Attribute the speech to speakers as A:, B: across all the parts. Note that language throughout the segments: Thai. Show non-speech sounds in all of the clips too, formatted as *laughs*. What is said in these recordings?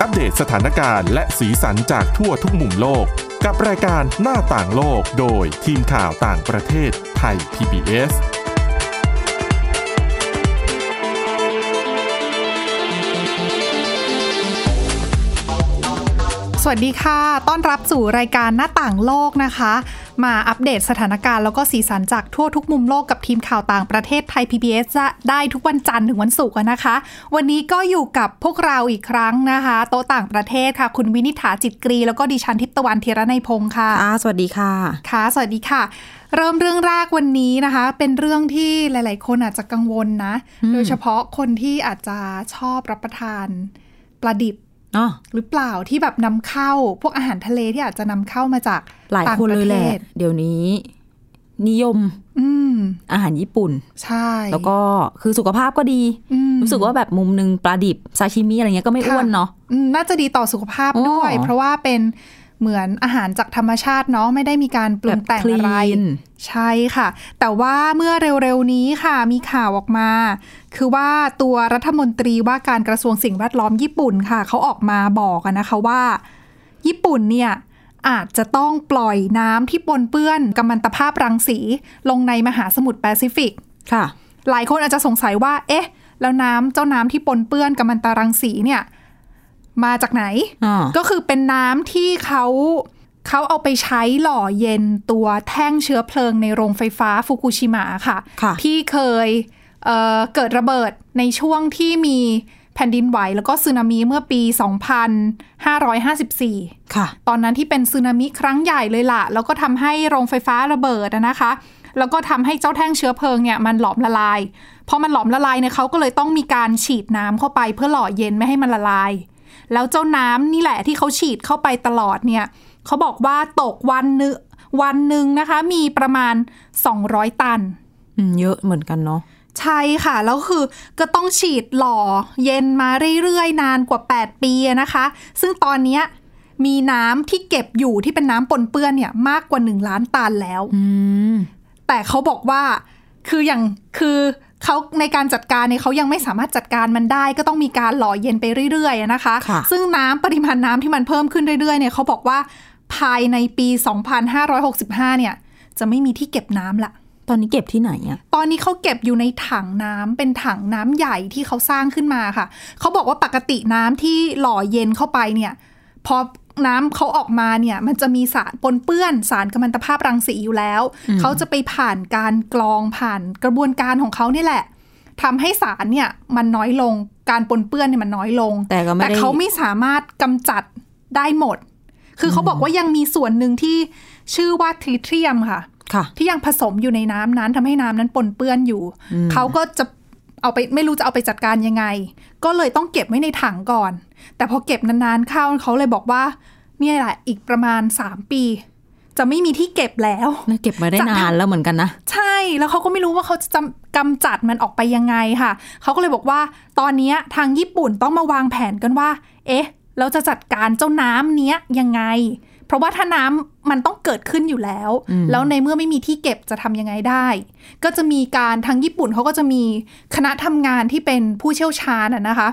A: อัปเดตสถานการณ์และสีสันจากทั่วทุกมุมโลก กับรายการหน้าต่างโลกโดยทีมข่าวต่างประเทศไทย PBS
B: สวัสดีค่ะ ต้อนรับสู่รายการหน้าต่างโลกนะคะ มาอัปเดตสถานการณ์แล้วก็สีสันจากทั่วทุกมุมโลกกับทีมข่าวต่างประเทศไทย PBS จะได้ทุกวันจันทร์ถึงวันศุกร์อะนะคะ วันนี้ก็อยู่กับพวกเราอีกครั้งนะคะ โต๊ะต่างประเทศค่ะ คุณวินิษฐาจิตกรี แล้วก็ดิฉันทิพย์ตะวันธีรนัยพงค์ค่ะ
C: อ่าสวัสดีค่ะ
B: ค่ะ สวัสดีค่ะ เริ่มเรื่องแรกวันนี้นะคะ เป็นเรื่องที่หลาย ๆ คนอาจจะกังวลนะ โดยเฉพาะคนที่อาจจะชอบรับประทานปลาดิบ
C: อ๋อ
B: หรือเปล่าที่แบบนำเข้าพวกอาหารทะเลที่อาจจะนำเข้ามาจาก
C: หลาย
B: ต่าง
C: คน
B: ป
C: เล
B: ระ
C: ย
B: เท
C: แหละ
B: ศ
C: เดี๋ยวนี้ นิยม
B: อืม
C: อาหารญี่ปุ่น
B: ใช่
C: แล้วก็คือสุขภาพก็ดี
B: อืม
C: รู้สึกว่าแบบมุมหนึ่งปลาดิบ ซาชิมิอะไรเงี้ยก็ไม่
B: ค่ะ
C: อ้วนเนาะ
B: อืมน่าจะดีต่อสุขภาพด้วย
C: อ๋อ
B: เพราะว่าเป็นเหมือนอาหารจากธรรมชาติเนาะไม่ได้มีการปรุ
C: แบบ
B: งแต่ง
C: คลี
B: อะไร
C: น
B: ใช่ค่ะ แต่ว่าเมื่อเร็วๆนี้ค่ะมีข่าวออกมา คือว่าตัวรัฐมนตรีว่าการกระทรวงสิ่งแวดล้อมญี่ปุ่นค่ะ เขาออกมาบอกอะนะคะว่า ญี่ปุ่นเนี่ยอาจจะต้องปล่อยน้ำที่ปนเปื้อนกัมมันตภาพรังสี ลงในมหาสมุทรแปซิฟิก
C: ค่ะ
B: หลายคนอาจจะสงสัยว่า เอ๊ะ แล้วน้ำเจ้าน้ำที่ปนเปื้อนกัมมันตรังสีเนี่ยมาจากไหน
C: อ่า
B: ก็คือเป็นน้ำที่เขาเขาเอาไปใช้หล่อเย็นตัวแท่งเชื้อเพลิงในโรงไฟฟ้าฟุกุชิมะค่ะ
C: ค่ะ
B: ที่เคยเอ่อเกิดระเบิดในช่วงที่มีแผ่นดินไหวแล้วก็สึนามิเมื่อปี 2554
C: ค่ะ
B: ตอนนั้นที่เป็นสึนามิครั้งใหญ่เลยล่ะ แล้วก็ทำให้โรงไฟฟ้าระเบิดอะนะคะ แล้วก็ทำให้เจ้าแท่งเชื้อเพลิงเนี่ยมันหลอมละลาย พอมันหลอมละลายเนี่ยเขาก็เลยต้องมีการฉีดน้ำเข้าไปเพื่อหล่อเย็นไม่ให้มันละลาย แล้วเจ้าน้ำนี่แหละที่เขาฉีดเข้าไปตลอดเนี่ยเขาบอกว่าตกวันหนึงวันหนึ่งนะคะ มีประมาณ 200 ตัน
C: อืม เยอะเหมือนกันเนาะ
B: ใช่ค่ะ แล้วคือก็ต้องฉีดหล่อเย็นมาเรื่อยๆ นานกว่า 8 ปีอะนะคะ ซึ่งตอนเนี้ยมีน้ำที่เก็บอยู่ที่เป็นน้ำปนเปื้อนเนี่ยมากกว่า 1 ล้านตันแล้ว
C: อืม
B: แต่เขาบอกว่าคืออย่างคือเขาในการจัดการเนี่ยเขายังไม่สามารถจัดการมันได้ ก็ต้องมีการหล่อเย็นไปเรื่อยๆอะนะคะ
C: ค่ะ
B: ซึ่งน้ำปริมาณน้ำที่มันเพิ่มขึ้นเรื่อยๆเนี่ยเขาบอกว่าภายในปี 2565 เนี่ยจะไม่มีที่เก็บน้ำละ
C: ตอนนี้เก็บที่ไหนอ่ะ
B: ตอนนี้เขาเก็บอยู่ในถังน้ำเป็นถังน้ำใหญ่ที่เขาสร้างขึ้นมาค่ะ เขาบอกว่าปกติน้ำที่หล่อเย็นเข้าไปเนี่ย พอน้ำเขาออกมาเนี่ยมันจะมีสารปนเปื้อนสารกัมมันตภาพรังสีอยู่แล้ว เขาจะไปผ่านการกรองผ่านกระบวนการของเขาเนี่ยแหละทำให้สารเนี่ยมันน้อยลงการปนเปื้อนเนี่ยมันน้อยลง
C: แต่ก็ไม่
B: แต่
C: ได้
B: เขาไม่สามารถกำจัดได้หมด คือเขาบอกว่ายังมีส่วนหนึ่งที่ชื่อว่าทริเทียมค่ะ
C: ค่ะ
B: ที่ยังผสมอยู่ในน้ำนั้นทำให้น้ำนั้นปนเปื้อนอยู่ เขาก็จะเอาไปไม่รู้จะเอาไปจัดการยังไง ก็เลยต้องเก็บไว้ในถังก่อน แต่พอเก็บนานๆเข้าเขาเลยบอกว่า เนี่ยแหละอีกประมาณ 3 ปี จะไม่มีที่เก็บแล้ว
C: น่าเก็บมาได้
B: จัด
C: นานแล้วเหมือนกันนะ
B: ใช่แล้วเขาก็ไม่รู้ว่าเขาจะจำกำจัดมันออกไปยังไงค่ะ เขาก็เลยบอกว่า ตอนเนี้ยทางญี่ปุ่นต้องมาวางแผนกันว่า เอ๊ะ เราจะจัดการเจ้าน้ำเนี้ยยังไง เพราะว่าถ้าน้ำมันต้องเกิดขึ้นอยู่แล้ว แล้วในเมื่อไม่มีที่เก็บจะทำยังไงได้ ก็จะมีการทางญี่ปุ่นเขาก็จะมีคณะทำงานที่เป็นผู้เชี่ยวชาญอะนะคะ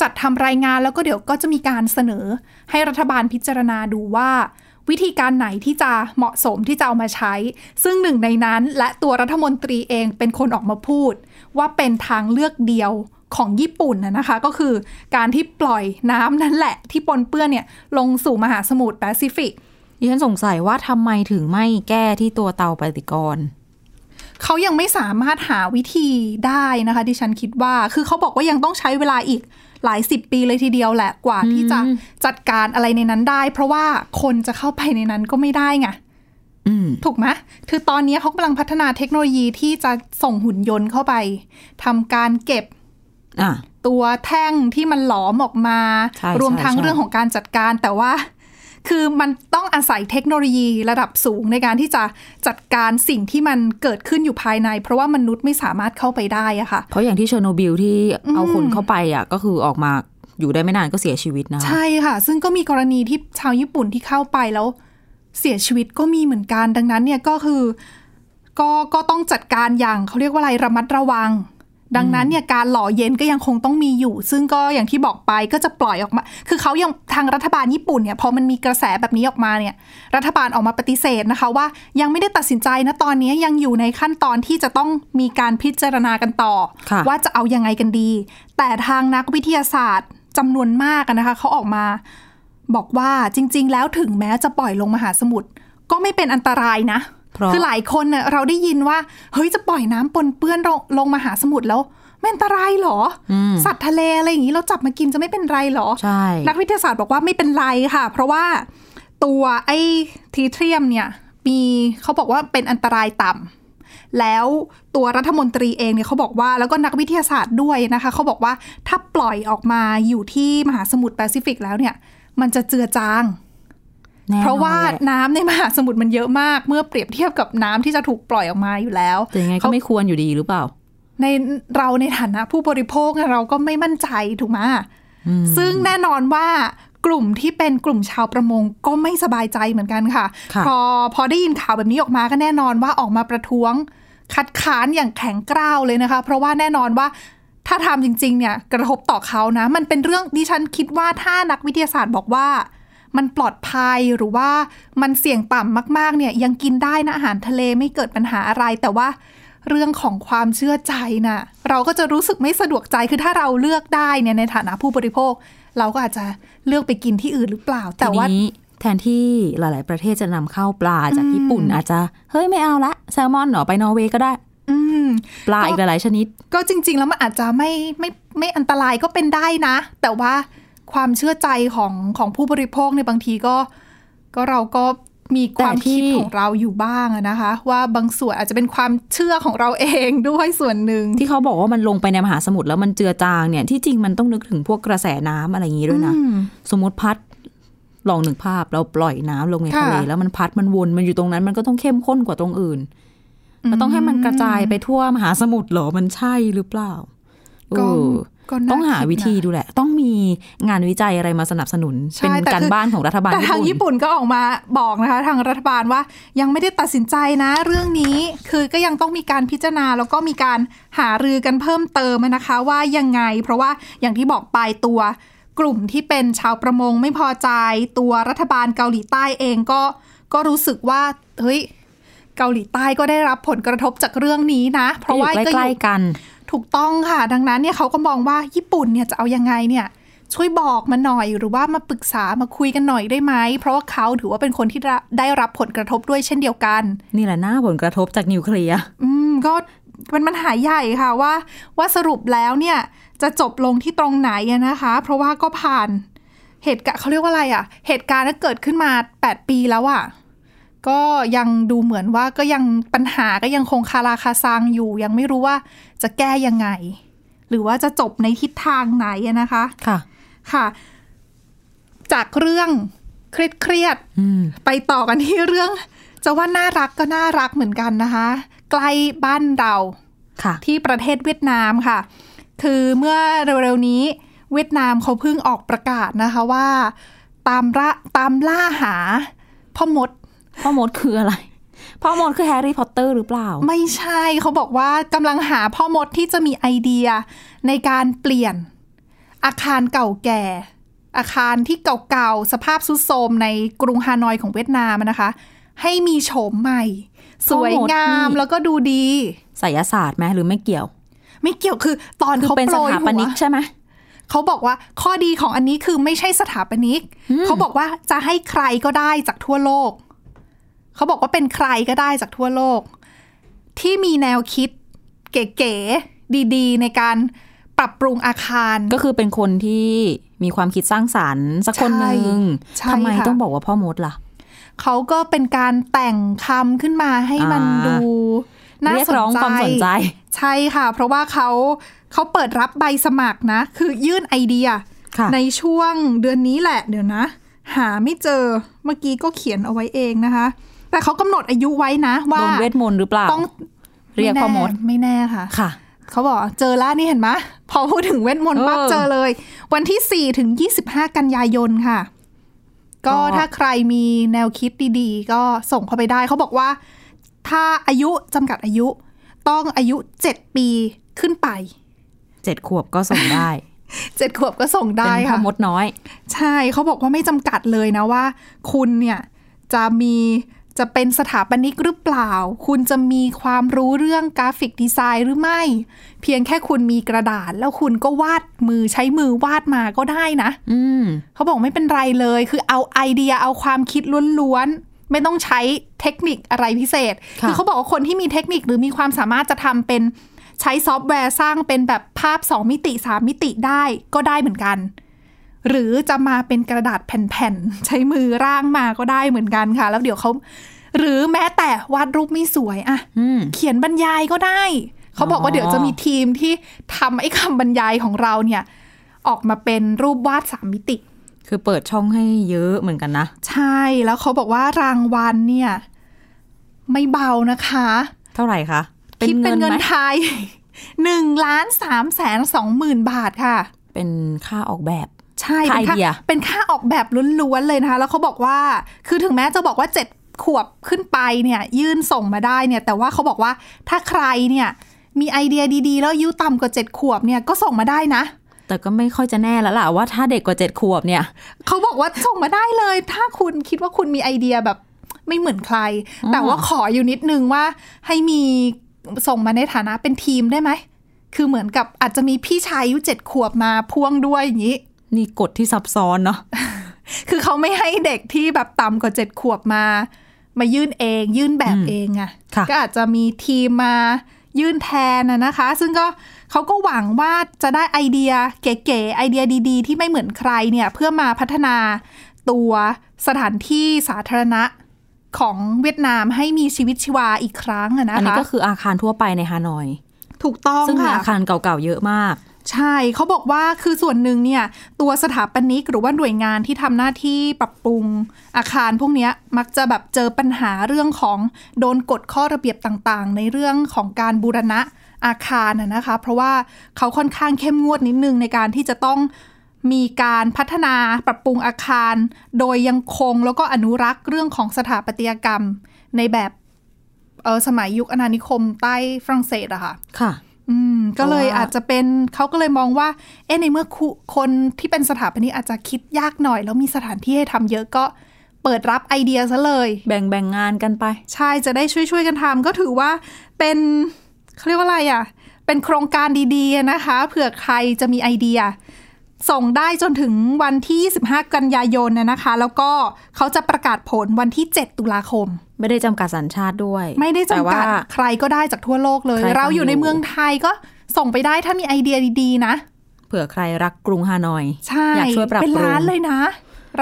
B: จัดทำรายงานแล้วก็เดี๋ยวก็จะมีการเสนอ ให้รัฐบาลพิจารณาดูว่า วิธีการไหนที่จะเหมาะสมที่จะเอามาใช้ ซึ่งหนึ่งในนั้นและตัวรัฐมนตรีเองเป็นคนออกมาพูด ว่าเป็นทางเลือกเดียวของญี่ปุ่นนะนะคะ ก็คือการที่ปล่อยน้ำนั่นแหละ ที่ปนเปื้อนเนี่ยลงสู่มหาสมุทรแปซิฟิก
C: ดิฉันสงสัยว่าทำไมถึงไม่แก้ที่ตัวเตาปฏิกรณ์
B: เขายังไม่สามารถหาวิธีได้นะคะ ดิฉันคิดว่า คือเขาบอกว่ายังต้องใช้เวลาอีกหลายสิบปีเลยทีเดียวแหละกว่าที่จะจัดการอะไรในนั้นได้ เพราะว่าคนจะเข้าไปในนั้นก็ไม่ได้ไง
C: อืม
B: ถูกไหมคือตอนนี้เขากำลังพัฒนาเทคโนโลยีที่จะส่งหุ่นยนต์เข้าไปทำการเก็บ
C: อ่ะ
B: ตัวแท่งที่มันหลอมออกมา
C: ใช่
B: รวม
C: ใช่
B: ทั้ง
C: ใช่
B: เรื่องของการจัดการแต่ว่า คือมันต้องอาศัยเทคโนโลยีระดับสูงในการที่จะจัดการสิ่งที่มันเกิดขึ้นอยู่ภายใน เพราะว่ามนุษย์ไม่สามารถเข้าไปได้อะค่ะ
C: เพราะอย่างที่เชอร์โนบิลที่เอาคนเข้าไปอ่ะ ก็คือออกมาอยู่ได้ไม่นานก็เสียชีวิตนะคะ
B: ใช่ค่ะ ซึ่งก็มีกรณีที่ชาวญี่ปุ่นที่เข้าไปแล้ว เสียชีวิตก็มีเหมือนกันดังนั้นเนี่ยก็คือก็ก็ต้องจัดการอย่างเขาเรียกว่าอะไรระมัดระวัง ดังนั้นเนี่ยการหล่อเย็นก็ยังคงต้องมีอยู่ ซึ่งก็อย่างที่บอกไปก็จะปล่อยออกมา คือเขายังทางรัฐบาลญี่ปุ่นเนี่ยพอมันมีกระแสแบบนี้ออกมาเนี่ย รัฐบาลออกมาปฏิเสธนะคะว่ายังไม่ได้ตัดสินใจนะตอนนี้ยังอยู่ในขั้นตอนที่จะต้องมีการพิจารณากันต่อ
C: ค่ะ
B: ว่าจะเอายังไงกันดี แต่ทางนักวิทยาศาสตร์จำนวนมากอะนะคะเขาออกมา บอกว่าจริง ๆ แล้วถึงแม้จะปล่อยลงมหาสมุทรก็ไม่เป็นอันตรายนะ
C: เพราะ
B: คือหลายคนเน่ะเราได้ยินว่า เฮ้ยจะปล่อยน้ำปนเปื้อนลงลงมหาสมุทรแล้ว ไม่อันตรายเหรออ
C: อืม
B: สัตว์ทะเลอะไรอย่างนี้เราจับมากินจะไม่เป็นไรเหรอ
C: ใช่
B: นักวิทยาศาสตร์บอกว่าไม่เป็นไรค่ะ เพราะว่าตัวไอ้ทีเทรียมเนี่ยมีเขาบอกว่าเป็นอันตรายต่ำแล้วตัวรัฐมนตรีเองเนี่ยเขาบอกว่าแล้วก็นักวิทยาศาสตร์ด้วยนะคะเขาบอกว่าถ้าปล่อยออกมาอยู่ที่มหาสมุทรแปซิฟิกแล้วเนี่ย มันจะเจือจาง
C: แน่นอน
B: เพราะว่า
C: แหล
B: น้ำในมหาสมุทรมันเยอะมาก เมื่อเปรียบเทียบกับน้ำที่จะถูกปล่อยออกมาอยู่แล้ว
C: แต่ยังไงก็
B: เขา
C: ไม่ควรอยู่ดีหรือเปล่า
B: ในเราในฐานะผู้บริโภคเนี่ยเราก็ไม่มั่นใจถูกไหม
C: อืม
B: ซึ่งแน่นอนว่ากลุ่มที่เป็นกลุ่มชาวประมงก็ไม่สบายใจเหมือนกันค่ะ
C: ค่ะ
B: พอพอได้ยินข่าวแบบนี้ออกมาก็แน่นอนว่าออกมาประท้วง คัดค้านอย่างแข็งกร้าวเลยนะคะ เพราะว่าแน่นอนว่าถ้าทำจริงๆเนี่ยกระทบต่อเขานะ มันเป็นเรื่องดิฉันคิดว่าถ้านักวิทยาศาสตร์บอกว่า มันปลอดภัยหรือว่ามันเสี่ยงต่ำมากๆเนี่ยยังกินได้นะอาหารทะเลไม่เกิดปัญหาอะไร แต่ว่าเรื่องของความเชื่อใจน่ะเราก็จะรู้สึกไม่สะดวกใจคือถ้าเราเลือกได้เนี่ยในฐานะผู้บริโภค เราก็อาจจะเลือกไปกินที่อื่นหรือเปล่า แต่ว่า
C: ทีนี้แทนที่หลาย ๆ ประเทศจะนำเข้าปลาจากญี่ปุ่นอาจจะเฮ้ยไม่เอาละแซลมอนเหรอไปนอร์เวย์ก็ได้
B: อืม
C: ปลาอีกหลาย ๆ ชนิด
B: ก็จริง ๆ แล้วมันอาจจะไม่ไม่ไม่อันตรายก็เป็นได้นะ แต่ว่าความเชื่อใจของของผู้บริโภคในยบางทีก็ ก็เราก็มีความ
C: แต่ที่
B: คิดของเราอยู่บ้างอะนะคะ ว่าบางส่วนอาจจะเป็นความเชื่อของเราเองด้วยส่วนหนึ่ง
C: ที่เขาบอกว่ามันลงไปในมหาสมุทรแล้วมันเจือจางเนี่ยที่จริงมันต้องนึกถึงพวกกระแสน้ำอะไรอย่างนี้ด้วยนะ
B: อืม
C: สมมติพัดลองหนึ่งภาพเราปล่อยน้ำลงใน
B: ค่ะ
C: ทะเลแล้วมันพัดมันวนมันอยู่ตรงนั้น มันก็ต้องเข้มข้นกว่าตรงอื่น มันต้องให้มันกระจายไปทั่วมหาสมุทรเหรอมันใช่หรือเปล่า
B: ก็
C: เออ
B: ก็น่
C: ต้องหาวิธี
B: คิดนะ
C: ดูแหละ ต้องมีงานวิจัยอะไรมาสนับสนุน
B: ใช่
C: เป็น
B: แต่คือ
C: การบ้านของรัฐบาล
B: แต่ทางญี่
C: ญี่ปุ่น
B: ปุ่นก็ออกมาบอกนะคะ ทางรัฐบาลว่ายังไม่ได้ตัดสินใจนะ เรื่องนี้คือก็ยังต้องมีการพิจารณาแล้วก็มีการหารือกันเพิ่มเติมนะคะว่ายังไง เพราะว่าอย่างที่บอกไปตัวกลุ่มที่เป็นชาวประมงไม่พอใจตัวรัฐบาลเกาหลีใต้เองก็ก็รู้สึกว่าเฮ้ยเกาหลีใต้ก็ได้รับผลกระทบจากเรื่องนี้นะ เพราะว่า
C: ก็อยู่ใกล้
B: อยู่
C: ๆกัน
B: ถูกต้องค่ะ ดังนั้นเนี่ยเขาก็มองว่าญี่ปุ่นเนี่ยจะเอายังไงเนี่ยช่วยบอกมาหน่อยหรือว่ามาปรึกษามาคุยกันหน่อยได้ไหม เพราะว่าเขาถือว่าเป็นคนที่ได้ได้รับผลกระทบด้วยเช่นเดียวกัน
C: นี่แหละหน้าผลกระทบจากนิวเคลียร์
B: อืมก็เป็นปัญหาใหญ่ค่ะว่า ว่าสรุปแล้วเนี่ยจะจบลงที่ตรงไหนอะนะคะ เพราะว่าก็ผ่านเหตุการณ์เขาเรียกว่าอะไรอะเหตุการณ์ที่เกิดขึ้นมา 8 ปีแล้วอะก็ยังดูเหมือนว่าก็ยังปัญหาก็ยังคงคาราคาซังอยู่ ยังไม่รู้ว่าจะแก้ยังไง หรือว่าจะจบในทิศทางไหนอะนะคะ
C: ค่ะ
B: ค่ะ จากเรื่องเครียดๆ
C: อืม
B: ไปต่อกันที่เรื่อง จะว่าน่ารักก็น่ารักเหมือนกันนะคะ ใกล้บ้านเรา
C: ค่ะ
B: ที่ประเทศเวียดนามค่ะ คือเมื่อเร็วๆนี้ เวียดนามเขาเพิ่งออกประกาศนะคะว่า ตามละตามล่าหาพ่อมด
C: พ่อมดคืออะไร พ่อมดคือแฮร์รี่พอตเตอร์หรือเปล่า
B: ไม่ใช่เขาบอกว่ากำลังหาพ่อมดที่จะมีไอเดียในการเปลี่ยนอาคารเก่าแก่ อาคารที่เก่าๆสภาพทรุดโทรมในกรุงฮานอยของเวียดนามนะคะ ให้มีโฉมใหม่ สวยงาม
C: พ่อมดนี่
B: แล้วก็ดูดี
C: ไสยศาสตร์ไหมหรือไม่เกี่ยว
B: ไม่เกี่ยวคือตอน
C: คือ
B: เขา
C: เป็น
B: โปร
C: ส
B: ย
C: ถาป
B: หั
C: นิ
B: ว
C: กใช่ไหม
B: เขาบอกว่าข้อดีของอันนี้คือไม่ใช่สถาปนิก
C: อืม
B: เขาบอกว่าจะให้ใครก็ได้จากทั่วโลก เขาบอกว่าเป็นใครก็ได้จากทั่วโลก ที่มีแนวคิดเก๋ๆดีๆ ในการปรับปรุงอาคาร
C: ก็คือเป็นคนที่มีความคิดสร้างสรรค์สักคนหนึ่ง
B: ใช่
C: ทำไม
B: ค่ะ
C: ต้องบอกว่าพ่อมดล่ะ
B: เขาก็เป็นการแต่งคำขึ้นมาให้มัน
C: อ่า
B: ดูน่า
C: เรียก
B: สน
C: ร้อง
B: ใจ
C: ความสนใจ
B: ใช่ค่ะ เพราะว่าเขาเขาเปิดรับใบสมัครนะ คือยื่นไอเดีย
C: ค่ะ
B: ในช่วงเดือนนี้แหละเดี๋ยวนะ หาไม่เจอเมื่อกี้ก็เขียนเอาไว้เองนะคะ แต่เขากำหนดอายุไว้นะ ว่า
C: โดนเวทมนต์หรือเปล่า
B: ต้อง
C: เรียกพ่อมด
B: ไม่แน่ค่ะ
C: ค่ะ
B: เขาบอกเจอแล้วนี่เห็นไหมพอพูดถึงเวทมนต์ปั๊บ
C: เออ
B: เจอเลย วันที่ 4 ถึง 25 กันยายนค่ะ ก็
C: ก็
B: ถ้าใครมีแนวคิดดีๆ ก็ส่งเข้าไปได้ เขาบอกว่า ถ้าอายุจำกัดอายุต้องอายุ 7 ปี ขึ้นไป
C: เจ็ดขวบก็ส่งได้
B: เจ็ดขวบก็ส่ง
C: เป็
B: ได้
C: นพ่อ
B: ค่ะ
C: มดน้อย
B: ใช่เขาบอกว่าไม่จำกัดเลยนะว่า คุณเนี่ยจะมีจะเป็นสถาปนิกหรือเปล่า คุณจะมีความรู้เรื่องกราฟิกดีไซน์หรือไม่ เพียงแค่คุณมีกระดาษ แล้วคุณก็วาดมือใช้มือวาดมาก็ได้นะ
C: อืม
B: เขาบอกไม่เป็นไรเลย คือเอาไอเดียเอาความคิดล้วนๆ ไม่ต้องใช้เทคนิคอะไรพิเศษ
C: ค่ะ
B: เขาบอกว่าคนที่มีเทคนิคหรือมีความสามารถจะทำเป็นใช้ซอฟต์แวร์สร้างเป็นแบบภาพ 2 มิติ 3 มิติได้ก็ได้เหมือนกัน หรือจะมาเป็นกระดาษแผ่นๆ ใช้มือร่างมาก็ได้เหมือนกันค่ะ แล้วเดี๋ยวเขาหรือแม้แต่วาดรูปไม่สวยอะ
C: อืม
B: เขียนบรรยายก็ได้ เขาบอกว่า
C: อ๋อ
B: เดี๋ยวจะมีทีมที่ทำไอ้คำบรรยายของเราเนี่ย ออกมาเป็นรูปวาดสามมิติ
C: คือเปิดช่องให้เยอะเหมือนกันนะ
B: ใช่แล้วเขาบอกว่ารางวัลเนี่ย ไม่เบานะคะ
C: เท่าไหร่คะ
B: คิดเป็นเงิน
C: ไหม
B: ไทย *laughs* หนึ่งล้านสามแสนสองหมื่นบาทค่ะ
C: เป็นค่าออกแบบ
B: ใช่
C: ค่า
B: เป็น
C: ไอเดีย
B: เป็นค่าออกแบบล้วนๆเลยนะคะ แล้วเขาบอกว่า คือถึงแม้จะบอกว่าเจ็ดขวบขึ้นไปเนี่ย ยื่นส่งมาได้เนี่ย แต่ว่าเขาบอกว่าถ้าใครเนี่ย มีไอเดียดีๆ แล้วอายุต่ำกว่าเจ็ดขวบเนี่ยก็ส่งมาได้นะ
C: แต่ก็ไม่ค่อยจะแน่แล้วล่ะว่าถ้าเด็กกว่าเจ็ดขวบเนี่ย
B: เขาบอกว่าส่งมาได้เลย ถ้าคุณคิดว่าคุณมีไอเดียแบบไม่เหมือนใคร
C: อ๋อ
B: แต่ว่าขออยู่นิดนึงว่าให้มีส่งมาในฐานะเป็นทีมได้ไหมคือเหมือนกับอาจจะมีพี่ชายอายุเจ็ดขวบมาพ่วงด้วยอย่างนี้
C: นี่กฎที่ซับซ้อนเนาะ
B: คือเขาไม่ให้เด็กที่แบบต่ำกว่าเจ็ดขวบมา มายื่นเอง ยื่นแบบเองอะ
C: ค่ะ
B: ก็อาจจะมีทีมมายื่นแทนนะนะคะ ซึ่งก็เขาก็หวังว่าจะได้ไอเดียเก๋ๆไอเดียดีๆ ที่ไม่เหมือนใครเนี่ยเพื่อมาพัฒนาตัวสถานที่สาธารณะของเวียดนามให้มีชีวิตชีวาอีกครั้งอะนะคะ
C: อันนี้ก็คืออาคารทั่วไปในฮานอย
B: ถูกต้อง
C: ซึ่งมี
B: ค่ะ
C: อาคารเก่าๆเยอะมาก
B: ใช่เขาบอกว่าคือส่วนหนึ่งเนี่ย ตัวสถาปนิกหรือว่าหน่วยงานที่ทำหน้าที่ปรับปรุงอาคารพวกเนี้ยมักจะแบบเจอปัญหาเรื่องของโดนกฎข้อระเบียบต่างๆ ในเรื่องของการบูรณะอาคารนะนะคะ เพราะว่าเขาค่อนข้างเข้มงวดนิดนึงในการที่จะต้องมีการพัฒนาปรับปรุงอาคาร โดยยังคงแล้วก็อนุรักษ์เรื่องของสถาปัตยกรรม ในแบบเออสมัยยุคอาณานิคมใต้ฝรั่งเศสอะค่ะ
C: ค่ะ
B: อืมก็เลย
C: เพราะว่า
B: อาจจะเป็นเขาก็เลยมองว่า เอ๊ะในเมื่อคุคนที่เป็นสถาปนิกอาจจะคิดยากหน่อย แล้วมีสถานที่ให้ทำเยอะก็เปิดรับไอเดียซะเลย
C: แบ่งแบ่งงานกันไป
B: ใช่จะได้ช่วยๆกันทำก็ถือว่าเป็นเขาเรียกว่าอะไรอ่ะ เป็นโครงการดีๆนะคะเผื่อใครจะมีไอเดีย ส่งได้จนถึงวันที่ 25 กันยายนนะนะคะ แล้วก็เขาจะประกาศผลวันที่ 7 ตุลาคม
C: ไม่ได้จำกัดสัญชาติด้วย
B: ไม่ได้
C: แต่
B: จำกั
C: ว่า
B: ดใครก็ได้จากทั่วโลกเลย
C: ใคร
B: เราอ
C: ฟั
B: ยู่
C: ง
B: ใน
C: อยู่
B: เมืองไทยก็ส่งไปได้ถ้ามีไอเดียดีๆนะ
C: เผื่อใครรักกรุงฮานอย
B: ใช่
C: อยากช่วยปรับ
B: เป็น
C: ปรุง
B: ร้านเลยนะ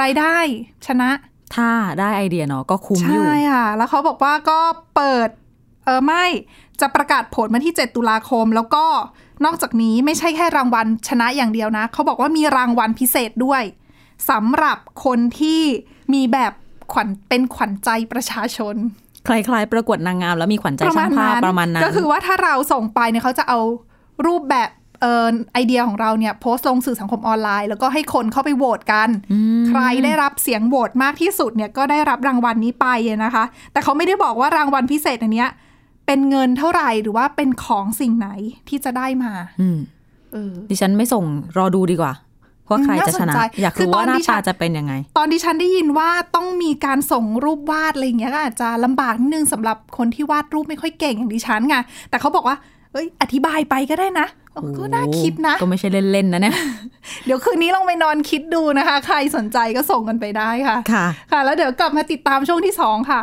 B: รายได้ชนะ
C: ถ้าได้ไอเดียเนาะก็คุ้มอยู่
B: ใช่ค่ะ แล้วเขาบอกว่าก็เปิด เออไม่จะประกาศผลวันที่ 7 ตุลาคม แล้วก็นอกจากนี้ไม่ใช่แค่รางวัลชนะอย่างเดียวนะ เขาบอกว่ามีรางวัลพิเศษด้วยสำหรับคนที่มีแบบขวัญเป็นขวัญใจประชาชน
C: คล้ายๆ ประกวดนางงามแล้วมีขวัญใจช่างภาพประมาณนั้น
B: ก็คือว่าถ้าเราส่งไปเนี่ยเขาจะเอารูปแบบเออไอเดียของเราเนี่ยโพสต์ลงสื่อสังคมออนไลน์ แล้วก็ให้คนเข้าไปโหวตกัน ใครได้รับเสียงโหวตมากที่สุดเนี่ยก็ได้รับรางวัลนี้ไปนะคะ แต่เขาไม่ได้บอกว่ารางวัลพิเศษอันเนี้ยเป็นเงินเท่าไหร่หรือว่าเป็นของสิ่งไหนที่จะได้มา
C: อืม
B: เออ
C: ดิฉันไม่ส่งรอดูดีกว่าว่าใครจะชนะ
B: น่าสนใจ
C: อยาก
B: คือ
C: รู้
B: ตอน
C: ว่าหน้า
B: ดิฉั
C: ตาน จะเป็นยังไง
B: ตอนที่ฉันได้ยินว่าต้องมีการส่งรูปวาดอะไรอย่างเงี้ยก็อาจจะลำบากนิดนึงสำหรับคนที่วาดรูปไม่ค่อยเก่งอย่างดิฉันไงแต่เขาบอกว่า เอ้ย อธิบายไปก็ได้นะเออก็น่าคิดนะ
C: ก็ไม่ใช่เล่นๆนะเนี่ย
B: เดี๋ยวคืนนี้ลองไปนอนคิดดูนะคะ ใครสนใจก็ส่งกันไปได้ค่ะ
C: ค่ะ
B: ค่ะ แล้วเดี๋ยวกลับมาติดตามช่วงที่ 2 ค่ะ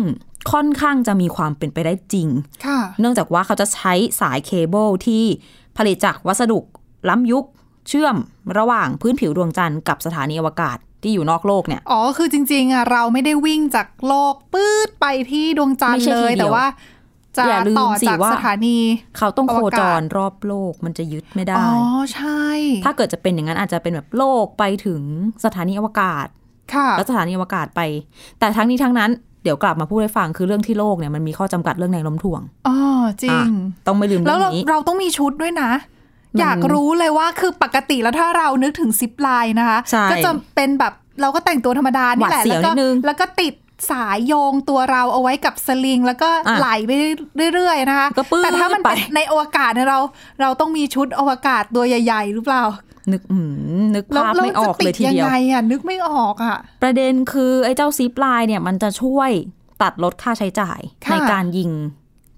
C: ค่อนข้างจะมีความเป็นไปได้จริง
B: ค่ะ
C: เนื่องจากว่าเขาจะใช้สายเคเบิลที่ผลิตจากวัสดุล้ำยุค เชื่อมระหว่างพื้นผิวดวงจันทร์กับสถานีอวกาศที่อยู่นอกโลกเนี่ย
B: อ๋อ คือจริง ๆอ่ะเราไม่ได้วิ่งจากโลกปื๊ดไปที่ดวงจันท
C: ไม่
B: ร์
C: ใช่
B: เลย
C: ทีเดียว
B: แต่ว่า จะ
C: อย่าลืม
B: ต่อ
C: สิ
B: จาก
C: ว่า
B: สถานี
C: เขาต้องโคจ
B: อว
C: ร
B: กาศ
C: รอบโลกมันจะยึดไม่
B: อ๋
C: ได้
B: อ ใช่
C: ถ้าเกิดจะเป็นอย่างนั้นอาจจะเป็นแบบโลกไปถึงสถานีอวกาศ
B: ค่ะ
C: แล้วสถานีอวกาศไป แต่ทั้งนี้ทั้งนั้นเดี๋ยวกลับมาพูดให้ฟังคือเรื่องที่โลกเนี่ยมันมีข้อจำกัดเรื่องแรงโน้มถ่วง
B: อ๋อ จริ
C: อ่ะ
B: ง
C: ต้องไม่ลืม
B: แล้
C: เรื่
B: ว
C: อง
B: เรา
C: นี้
B: เราต้องมีชุดด้วยนะ
C: มัน
B: อยากรู้เลยว่าคือปกติแล้วถ้าเรานึกถึงซิปไลน์นะคะ
C: ใช่
B: ก็จะเป็นแบบเราก็แต่งตัวธรรมดานี่แหละ
C: หวาดเสี
B: แล้
C: ยว
B: วก็
C: นิดนึง
B: แล้วก็ติดสายโยงตัวเราเอาไว้กับสลิง แล้วก็
C: อ่ะ
B: ไหลไปเรื่อยๆนะคะ
C: ก็ปื๊ด
B: แต่ถ้ามัน
C: ไป
B: เป็นในอวกาศเนี่ยเรา เราต้องมีชุดอวกาศตัวใหญ่ ๆ หรือเปล่า
C: นึกอืมนึก
B: แล้ว
C: ภาพ
B: แล้ว
C: ไม่อ
B: จะ
C: อก
B: ติ
C: เล
B: ด
C: ยที
B: ยั
C: เดียว
B: ไงอ่ะนึกไม่ออกอ่ะ
C: ประเด็นคือไอ้เจ้าซิปไลน์เนี่ยมันจะช่วยตัดลดค่าใช้จ่าย
B: ค่ะ
C: ในการยิง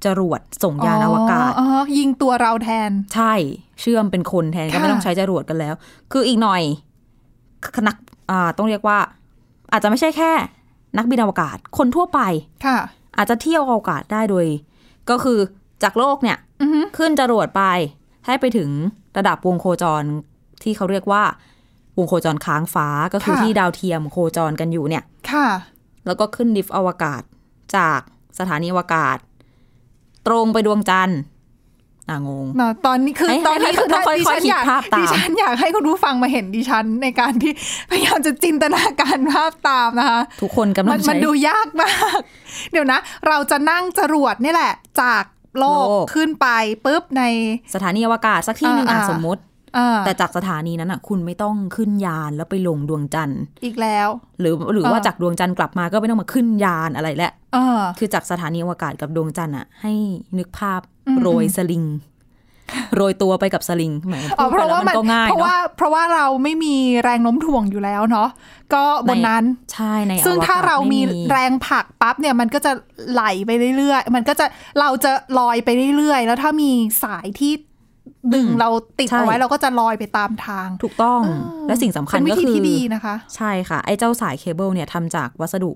C: จรวดส่งยานอวกาศ
B: อ๋ออ๋อยิงตัวเราแทน
C: ใช่เชื่อมเป็นคนแทนก็
B: ค่ะ
C: ไม่ต้องใช้จรวดกันแล้ว คืออีกหน่อยนักอ่าต้องเรียกว่า อาจจะไม่ใช่แค่ นักบินอวกาศคนทั่วไป
B: ค่ะ
C: อาจจะเที่ยวอวกาศได้โดย ก็คือ จากโลกเนี่ย
B: อือหือ
C: ขึ้นจรวดไปให้ไปถึงระดับวงโคจรที่เขาเรียกว่า วงโคจรค้างฟ้าก็คือ
B: ค่ะ
C: ที่ดาวเทียมโคจรกันอยู่เนี่ย
B: ค่ะ
C: แล้วก็ขึ้นดิฟต์อวกาศจากสถานีอวกาศ ตรงไปดวงจันทร์น่างง
B: นะตอนนี้คือ
C: ให้
B: ตอนนี้
C: ให้
B: คือ
C: ต้องค่อยๆ
B: ดิฉัน
C: คิด
B: อยาก
C: ภาพตาม
B: ดิฉันอยากให้คุณผู้ฟังมาเห็นดิฉันในการที่ *laughs* พยายามจะจินตนาการภาพตามนะคะ
C: ทุกคนกำลั
B: มั
C: ง
B: นมั
C: ใช้
B: นดูยากมาก *laughs* เดี๋ยวนะ เราจะนั่งจรวดนี่แหละ จากโลก
C: โลก
B: ขึ้นไปปุ๊บใน
C: สถานีอวกาศสักที่หนึ่งอ่ะ
B: อ่า
C: สมมติ
B: เอ่อ
C: แต่จากสถานีนั้นอ่ะ คุณไม่ต้องขึ้นยานแล้วไปลงดวงจันทร์
B: อีกแล้ว
C: หรือหรือ
B: เออ
C: ว่าจากดวงจันทร์กลับมาก็ไม่ต้องมาขึ้นยานอะไรแหละ
B: เออ
C: คือจากสถานีอวกาศกับดวงจันทร์อ่ะ ให้นึกภาพ
B: อืม
C: โรยส
B: *laughs*
C: ลิง โรยตัวไปกับสลิงแหม
B: อ๋อ
C: พูด
B: เพ
C: ไป
B: ราะ
C: แล้ว
B: ว่า
C: มั
B: มั
C: น
B: น
C: ก็ง่าย
B: เพราะ
C: เนาะ
B: ว่าเพราะว่าเราไม่มีแรงโน้มถ่วงอยู่แล้วเนาะก็บน
C: ใน
B: นั้น
C: ใช่ในอวกศ
B: ซึ่งถ้าเรามีแรงผลักปั๊บเนี่ยมันก็จะไหลไปเรื่อยๆ มันก็จะเราจะลอยไปเรื่อยๆ แล้วถ้ามีสายที่ดึงเราติดเอาไว้เราก็จะลอยไปตามทาง
C: ถูกต้อง
B: เออ
C: และสิ่งสำคัญ
B: เป็น
C: ก็
B: วิธี
C: คือ
B: ที่ดีนะคะ
C: ใช่ค่ะ ไอ้เจ้าสายเคเบิลเนี่ยทำจากวัสดุ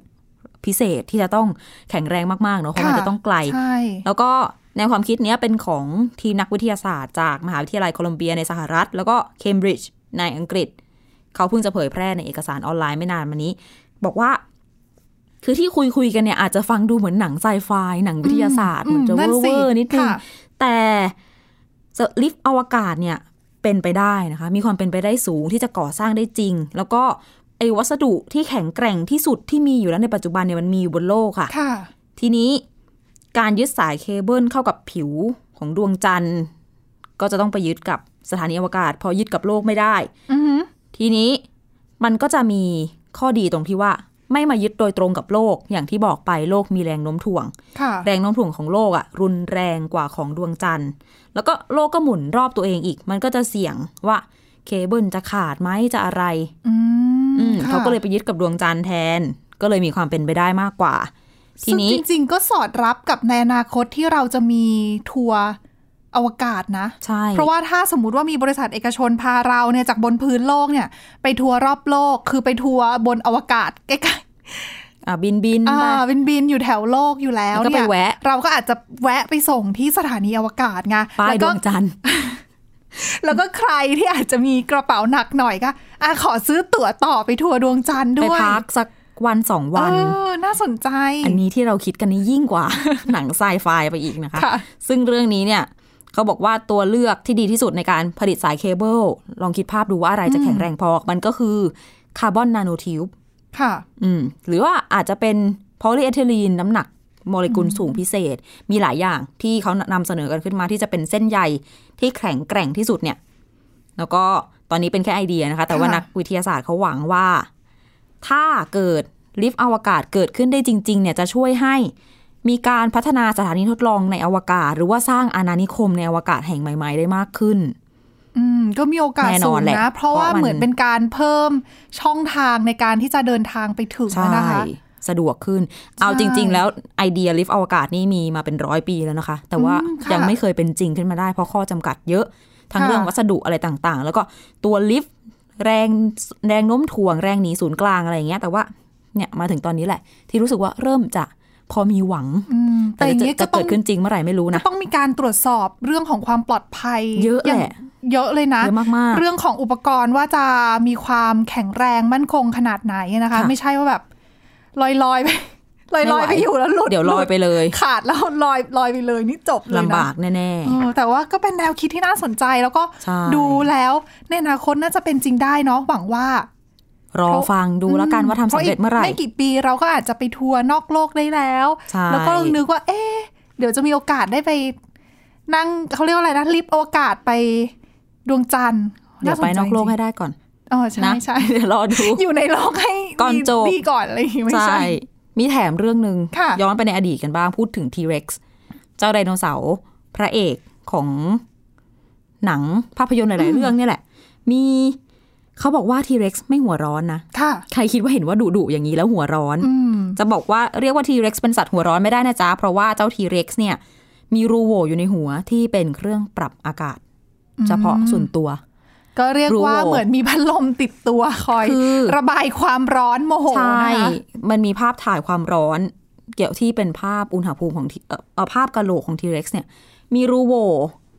C: พิเศษที่จะต้องแข็งแรงมากๆเนาะเพราะมัน
B: ค่ะ
C: จะต้องไกล
B: ใช่
C: แล้วก็แนวความคิดเนี้ยเป็นของทีมนักวิทยาศาสตร์จากมหาวิทยาลัยโคลัมเบียในสหรัฐ แล้วก็เคมบริดจ์ในอังกฤษ เขาเพิ่งจะเผยแพร่ในเอกสารออนไลน์ไม่นานมานี้ บอกว่า คือที่คุยคุยๆกันเนี่ยอาจจะฟังดูเหมือนหนังไซไฟหนังวิทยาศาสตร์เหมือนจะเวอร์เวอร์ๆนิดนึง
B: ค่ะ
C: แต่สลิฟต์อวกาศเนี่ยเป็นไปได้นะคะ มีความเป็นไปได้สูงที่จะก่อสร้างได้จริง แล้วก็ไอ้วัสดุที่แข็งแกร่งที่สุดที่มีอยู่แล้วในปัจจุบันเนี่ยมันมีอยู่บนโลกค่ะ
B: ค่ะ
C: ทีนี้การยึดสายเคเบิลเข้ากับผิวของดวงจันทร์ ก็จะต้องไปยึดกับสถานีอวกาศ พอยึดกับโลกไม่ได้
B: อือหือ
C: ทีนี้มันก็จะมีข้อดีตรงที่ว่าไม่มายึดโดยตรงกับโลก อย่างที่บอกไปโลกมีแรงโน้มถ่วง
B: ค่ะ
C: แรงโน้มถ่วงของโลกอะรุนแรงกว่าของดวงจันทร์ แล้วก็โลกก็หมุนรอบตัวเองอีก มันก็จะเสี่ยงว่าเคเบิลจะขาดไหมจะอะไร
B: อื
C: อืม
B: ค่ะ
C: เขาก็เลยไปยึดกับดวงจันทร์แทน ก็เลยมีความเป็นไปได้มากกว่า ที
B: ซึ่ง
C: นี้
B: จริง ๆ ก็สอดรับกับในอนาคตที่เราจะมีทัวร์อวกาศนะ
C: ใช่
B: เพราะว่าถ้าสมมติว่ามีบริษัทเอกชนพาเราเนี่ยจากบนพื้นโลกเนี่ย ไปทัวร์รอบโลกคือไปทัวร์บนอวกาศ *laughs* ใกล้
C: อ่ะบินบิน
B: ๆ
C: ไป
B: อ่าบินบินอยู่แถวโลกอยู่แล้ว
C: แล้วก็
B: เนี่ย
C: ไปแวะ
B: เราก็อาจจะแวะไปส่งที่สถานีอวกาศไง
C: ป้าย
B: แล้ว
C: ด
B: ก็
C: วงจันทร์
B: แล้วก็ใครที่อาจจะมีกระเป๋าหนักหน่อยก็อ่ะขอซื้อตั๋วต่อไปทัวร์ดวงจันทร์
C: ไป
B: ด้วย
C: พักสักวันสองวัน
B: เออน่าสนใจ
C: อันนี้ที่เราคิดกันนี่ยิ่งกว่า *laughs* หนังไซไฟไปอีกนะคะ
B: ค่ะ
C: ซึ่งเรื่องนี้เนี่ยเขาบอกว่าตัวเลือกที่ดีที่สุดในการผลิตสายเคเบิล ลองคิดภาพดูว่าอะไรจะแข็งแรงพอ มันก็คือคาร์บอนนาโนทิวบ์
B: ค่ะ
C: อืมหรือว่าอาจจะเป็นโพลีเอทิลีนน้ำหนักโมเลกุลสูงพิเศษ มีหลายอย่างที่เขานำเสนอกันขึ้นมาที่จะเป็นเส้นใยที่แข็งแกร่งที่สุดเนี่ย แล้วก็ตอนนี้เป็นแค่ไอเดียนะคะ แต่ว่า
B: ค่ะ
C: นักวิทยาศาสตร์เขาหวังว่า ถ้าเกิดลิฟต์อวกาศเกิดขึ้นได้จริง ๆ เนี่ยจะช่วยให้ มีการพัฒนาสถานีทดลองในอวกาศ หรือว่าสร้างอาณานิคมในอวกาศแห่งใหม่ ๆ ได้มากขึ้น
B: อืมก็มีโอกาส
C: แน่น
B: สู
C: องนแหละ
B: นะ เพราะว่า
C: เพราะมัน
B: เหมือนเป็นการเพิ่มช่องทางในการที่จะเดินทางไปถึงนะคะ
C: สะดวกขึ้น เอา
B: ใช่
C: จริง ๆ แล้วไอเดียลิฟต์อวกาศนี่มีมาเป็นร้อยปีแล้วนะคะ แต่ว่า
B: อืมค่ะ
C: ยังไม่เคยเป็นจริงขึ้นมาได้เพราะข้อจำกัดเยอะ ทั้ง
B: ค่ะ
C: เรื่องวัสดุอะไรต่างๆ แล้วก็ตัวลิฟต์แรงแรงโน้มถ่วงแรงหนีศูนย์กลางอะไรอย่างเงี้ยแต่ว่าเนี่ยมาถึงตอนนี้แหละ ที่รู้สึกว่าเริ่มจะพอมีหวัง
B: อืมแต่
C: แต่
B: อย่าง
C: จะ
B: เงี้ยก็
C: จะ
B: ต้อง
C: เกิดขึ้นจริงเมื่อไหร่ไม่รู้
B: ก็
C: นะ
B: ต้องมีการตรวจสอบเรื่องของความปลอดภัย
C: เยอะแหละ
B: เยอะเลยนะ
C: เยอะมาก
B: เรื่องของอุปกรณ์ว่าจะมีความแข็งแรงมั่นคงขนาดไหนนะคะ
C: ค่ะ
B: ไม่ใช่ว่าแบบลอยลอยๆไปลอยลอ
C: ไม่
B: ย
C: ไหว
B: ไป *laughs* อยู่แล้วหลุด
C: เดี๋ยวลอยไปเลย
B: หขาดแล้วลอยลอยไปเลยนี่จบ
C: ๆ
B: เลยนะ
C: ลำบากแน่
B: เออแต่ว่าก็เป็นแนวคิดที่น่าสนใจแล้วก็
C: ๆใช่
B: ดูแล้วในอนาคตน่าจะเป็นจริงได้เนาะหวังว่าร
C: อฟังดูแล้วกันว่าทำสำเร็จเมื่อไหร่
B: พาะอีกไม่กี่ปีเราก็อาจจะไปทัวร์นอกโลกได้แล้ว
C: ใช่
B: แล้วก็นึกว่า เอ๊ะ เดี๋ยวจะมีโอกาสได้ไปนั่งเขาเรียกว่าอะไรนะลิฟต์อวกาศไปดวงจันทร์
C: เดี๋ยวไปนอกโลก
B: า
C: ให้
B: สใจจริ
C: ได้ก่อน *laughs*
B: งๆอ๋อใช่
C: นะ
B: ใช่ *laughs*
C: เดี๋ยวรอดู
B: อยู่ในโลกให้
C: ก่อน
B: ดี
C: จบ
B: ดีก่อนอะไรอย่างงี้ไม่
C: ใช่
B: ใช่
C: มีแถมเรื่องหนึ่ง
B: ค่ะ
C: ย้อนไปในอดีตกันบ้าง พูดถึงทีเร็กซ์เจ้าไดโนเสาร์พระเอกของหนังภาพยนตร์หลายๆเรื่องเนี่ยแหละ มีเขาบอกว่าทีเร็กซ์ไม่หัวร้อนนะ
B: ค่ะ
C: ใครคิดว่าเห็นว่าดุดุๆอย่างนี้แล้วหัวร้อน
B: อืม
C: จะบอกว่าเรียกว่าทีเร็กซ์เป็นสัตว์หัวร้อนไม่ได้นะจ๊ะ เพราะว่าเจ้าทีเร็กซ์เนี่ย มีรูโหว่อยู่ในหัวที่เป็นเครื่องปรับอากาศ เฉพาะส่วนตัว
B: ก็เรียก
C: รู้
B: ว่าเหมือนมีพัดลมติดตัวคอย
C: คือ
B: ระบายความร้อนโมโห
C: ใช่
B: นะคะ
C: มันมีภาพถ่ายความร้อน เกี่ยวที่เป็นภาพอุณหภูมิของ T- เอ่อเอ่อภาพกะโหลกของทีเร็กซ์เนี่ย มีรูโหว่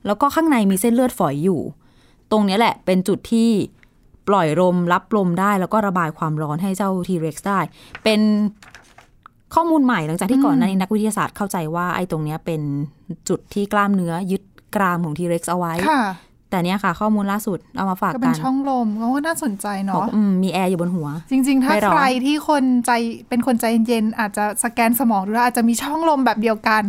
C: แล้วก็ข้างในมีเส้นเลือดฝอยอยู่ ตรงเนี้ยแหละเป็นจุดที่ปล่อยลมรับลมได้ แล้วก็ระบายความร้อนให้เจ้าทีเร็กซ์ได้ เป็นข้อมูลใหม่หลังจากที่ก่อนหน้านี้นักวิทยาศาสตร์เข้าใจว่าไอ้ตรงเนี้ยเป็นจุดที่กล้ามเนื้อยึดกรามของทีเร็กซ์เอาไว้
B: ค่ะ
C: แต่เนี้ยค่ะ ข้อมูลล่าสุดเอามาฝาก
B: ก็เป็
C: กัน
B: นช่องลมก็น่าสนใจ
C: บอก
B: เนาะ
C: อืมมีแอร์อยู่บนหัว
B: จริง ๆ ถ้า
C: ไม่ร้อน
B: ใครที่คนใจเป็นคนใจเย็นๆอาจจะสแกนสมองดูแล้วอาจจะมีช่องลมแบบเดียวกัน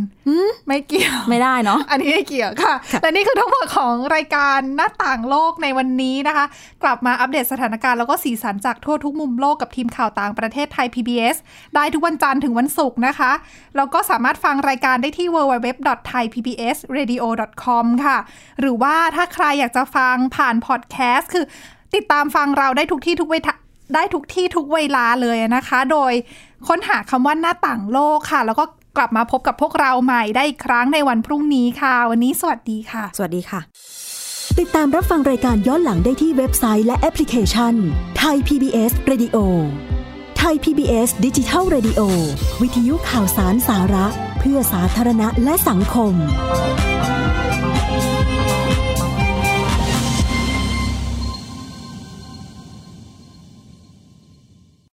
B: ไม่เกี่ยว
C: ไม่ได้เนาะ
B: อันนี้ไม่เกี่ยวค่ะ และนี่คือทั้งหมดของรายการหน้าต่างโลกในวันนี้นะคะ กลับมาอัปเดตสถานการณ์แล้วก็สีสันจากทั่วทุกมุมโลกกับทีมข่าวต่างประเทศไทย PBS ได้ทุกวันจันทร์ถึงวันศุกร์นะคะ แล้วก็สามารถฟังรายการได้ที่ www.thaipbsradio.com ค่ะ หรือว่าถ้าใครอยากจะฟังผ่านพอดแคสต์คือติดตามฟังเราได้ทุกที่ทุกเวทะ ได้ทุกที่ทุกเวลาเลยนะคะ โดยค้นหาคำว่าหน้าต่างโลกค่ะ แล้วก็กลับมาพบกับพวกเราใหม่ได้อีกครั้งในวันพรุ่งนี้ค่ะ วันนี้สวัสดีค่ะ
C: สวัสดีค่ะ
D: ติดตามรับฟังรายการย้อนหลังได้ที่เว็บไซต์และแอปพลิเคชันไทย PBS Radio ไทย PBS ดิจิทัล Radio วิทยุข่าวสารสาระ เพื่อสาธารณะและสังคม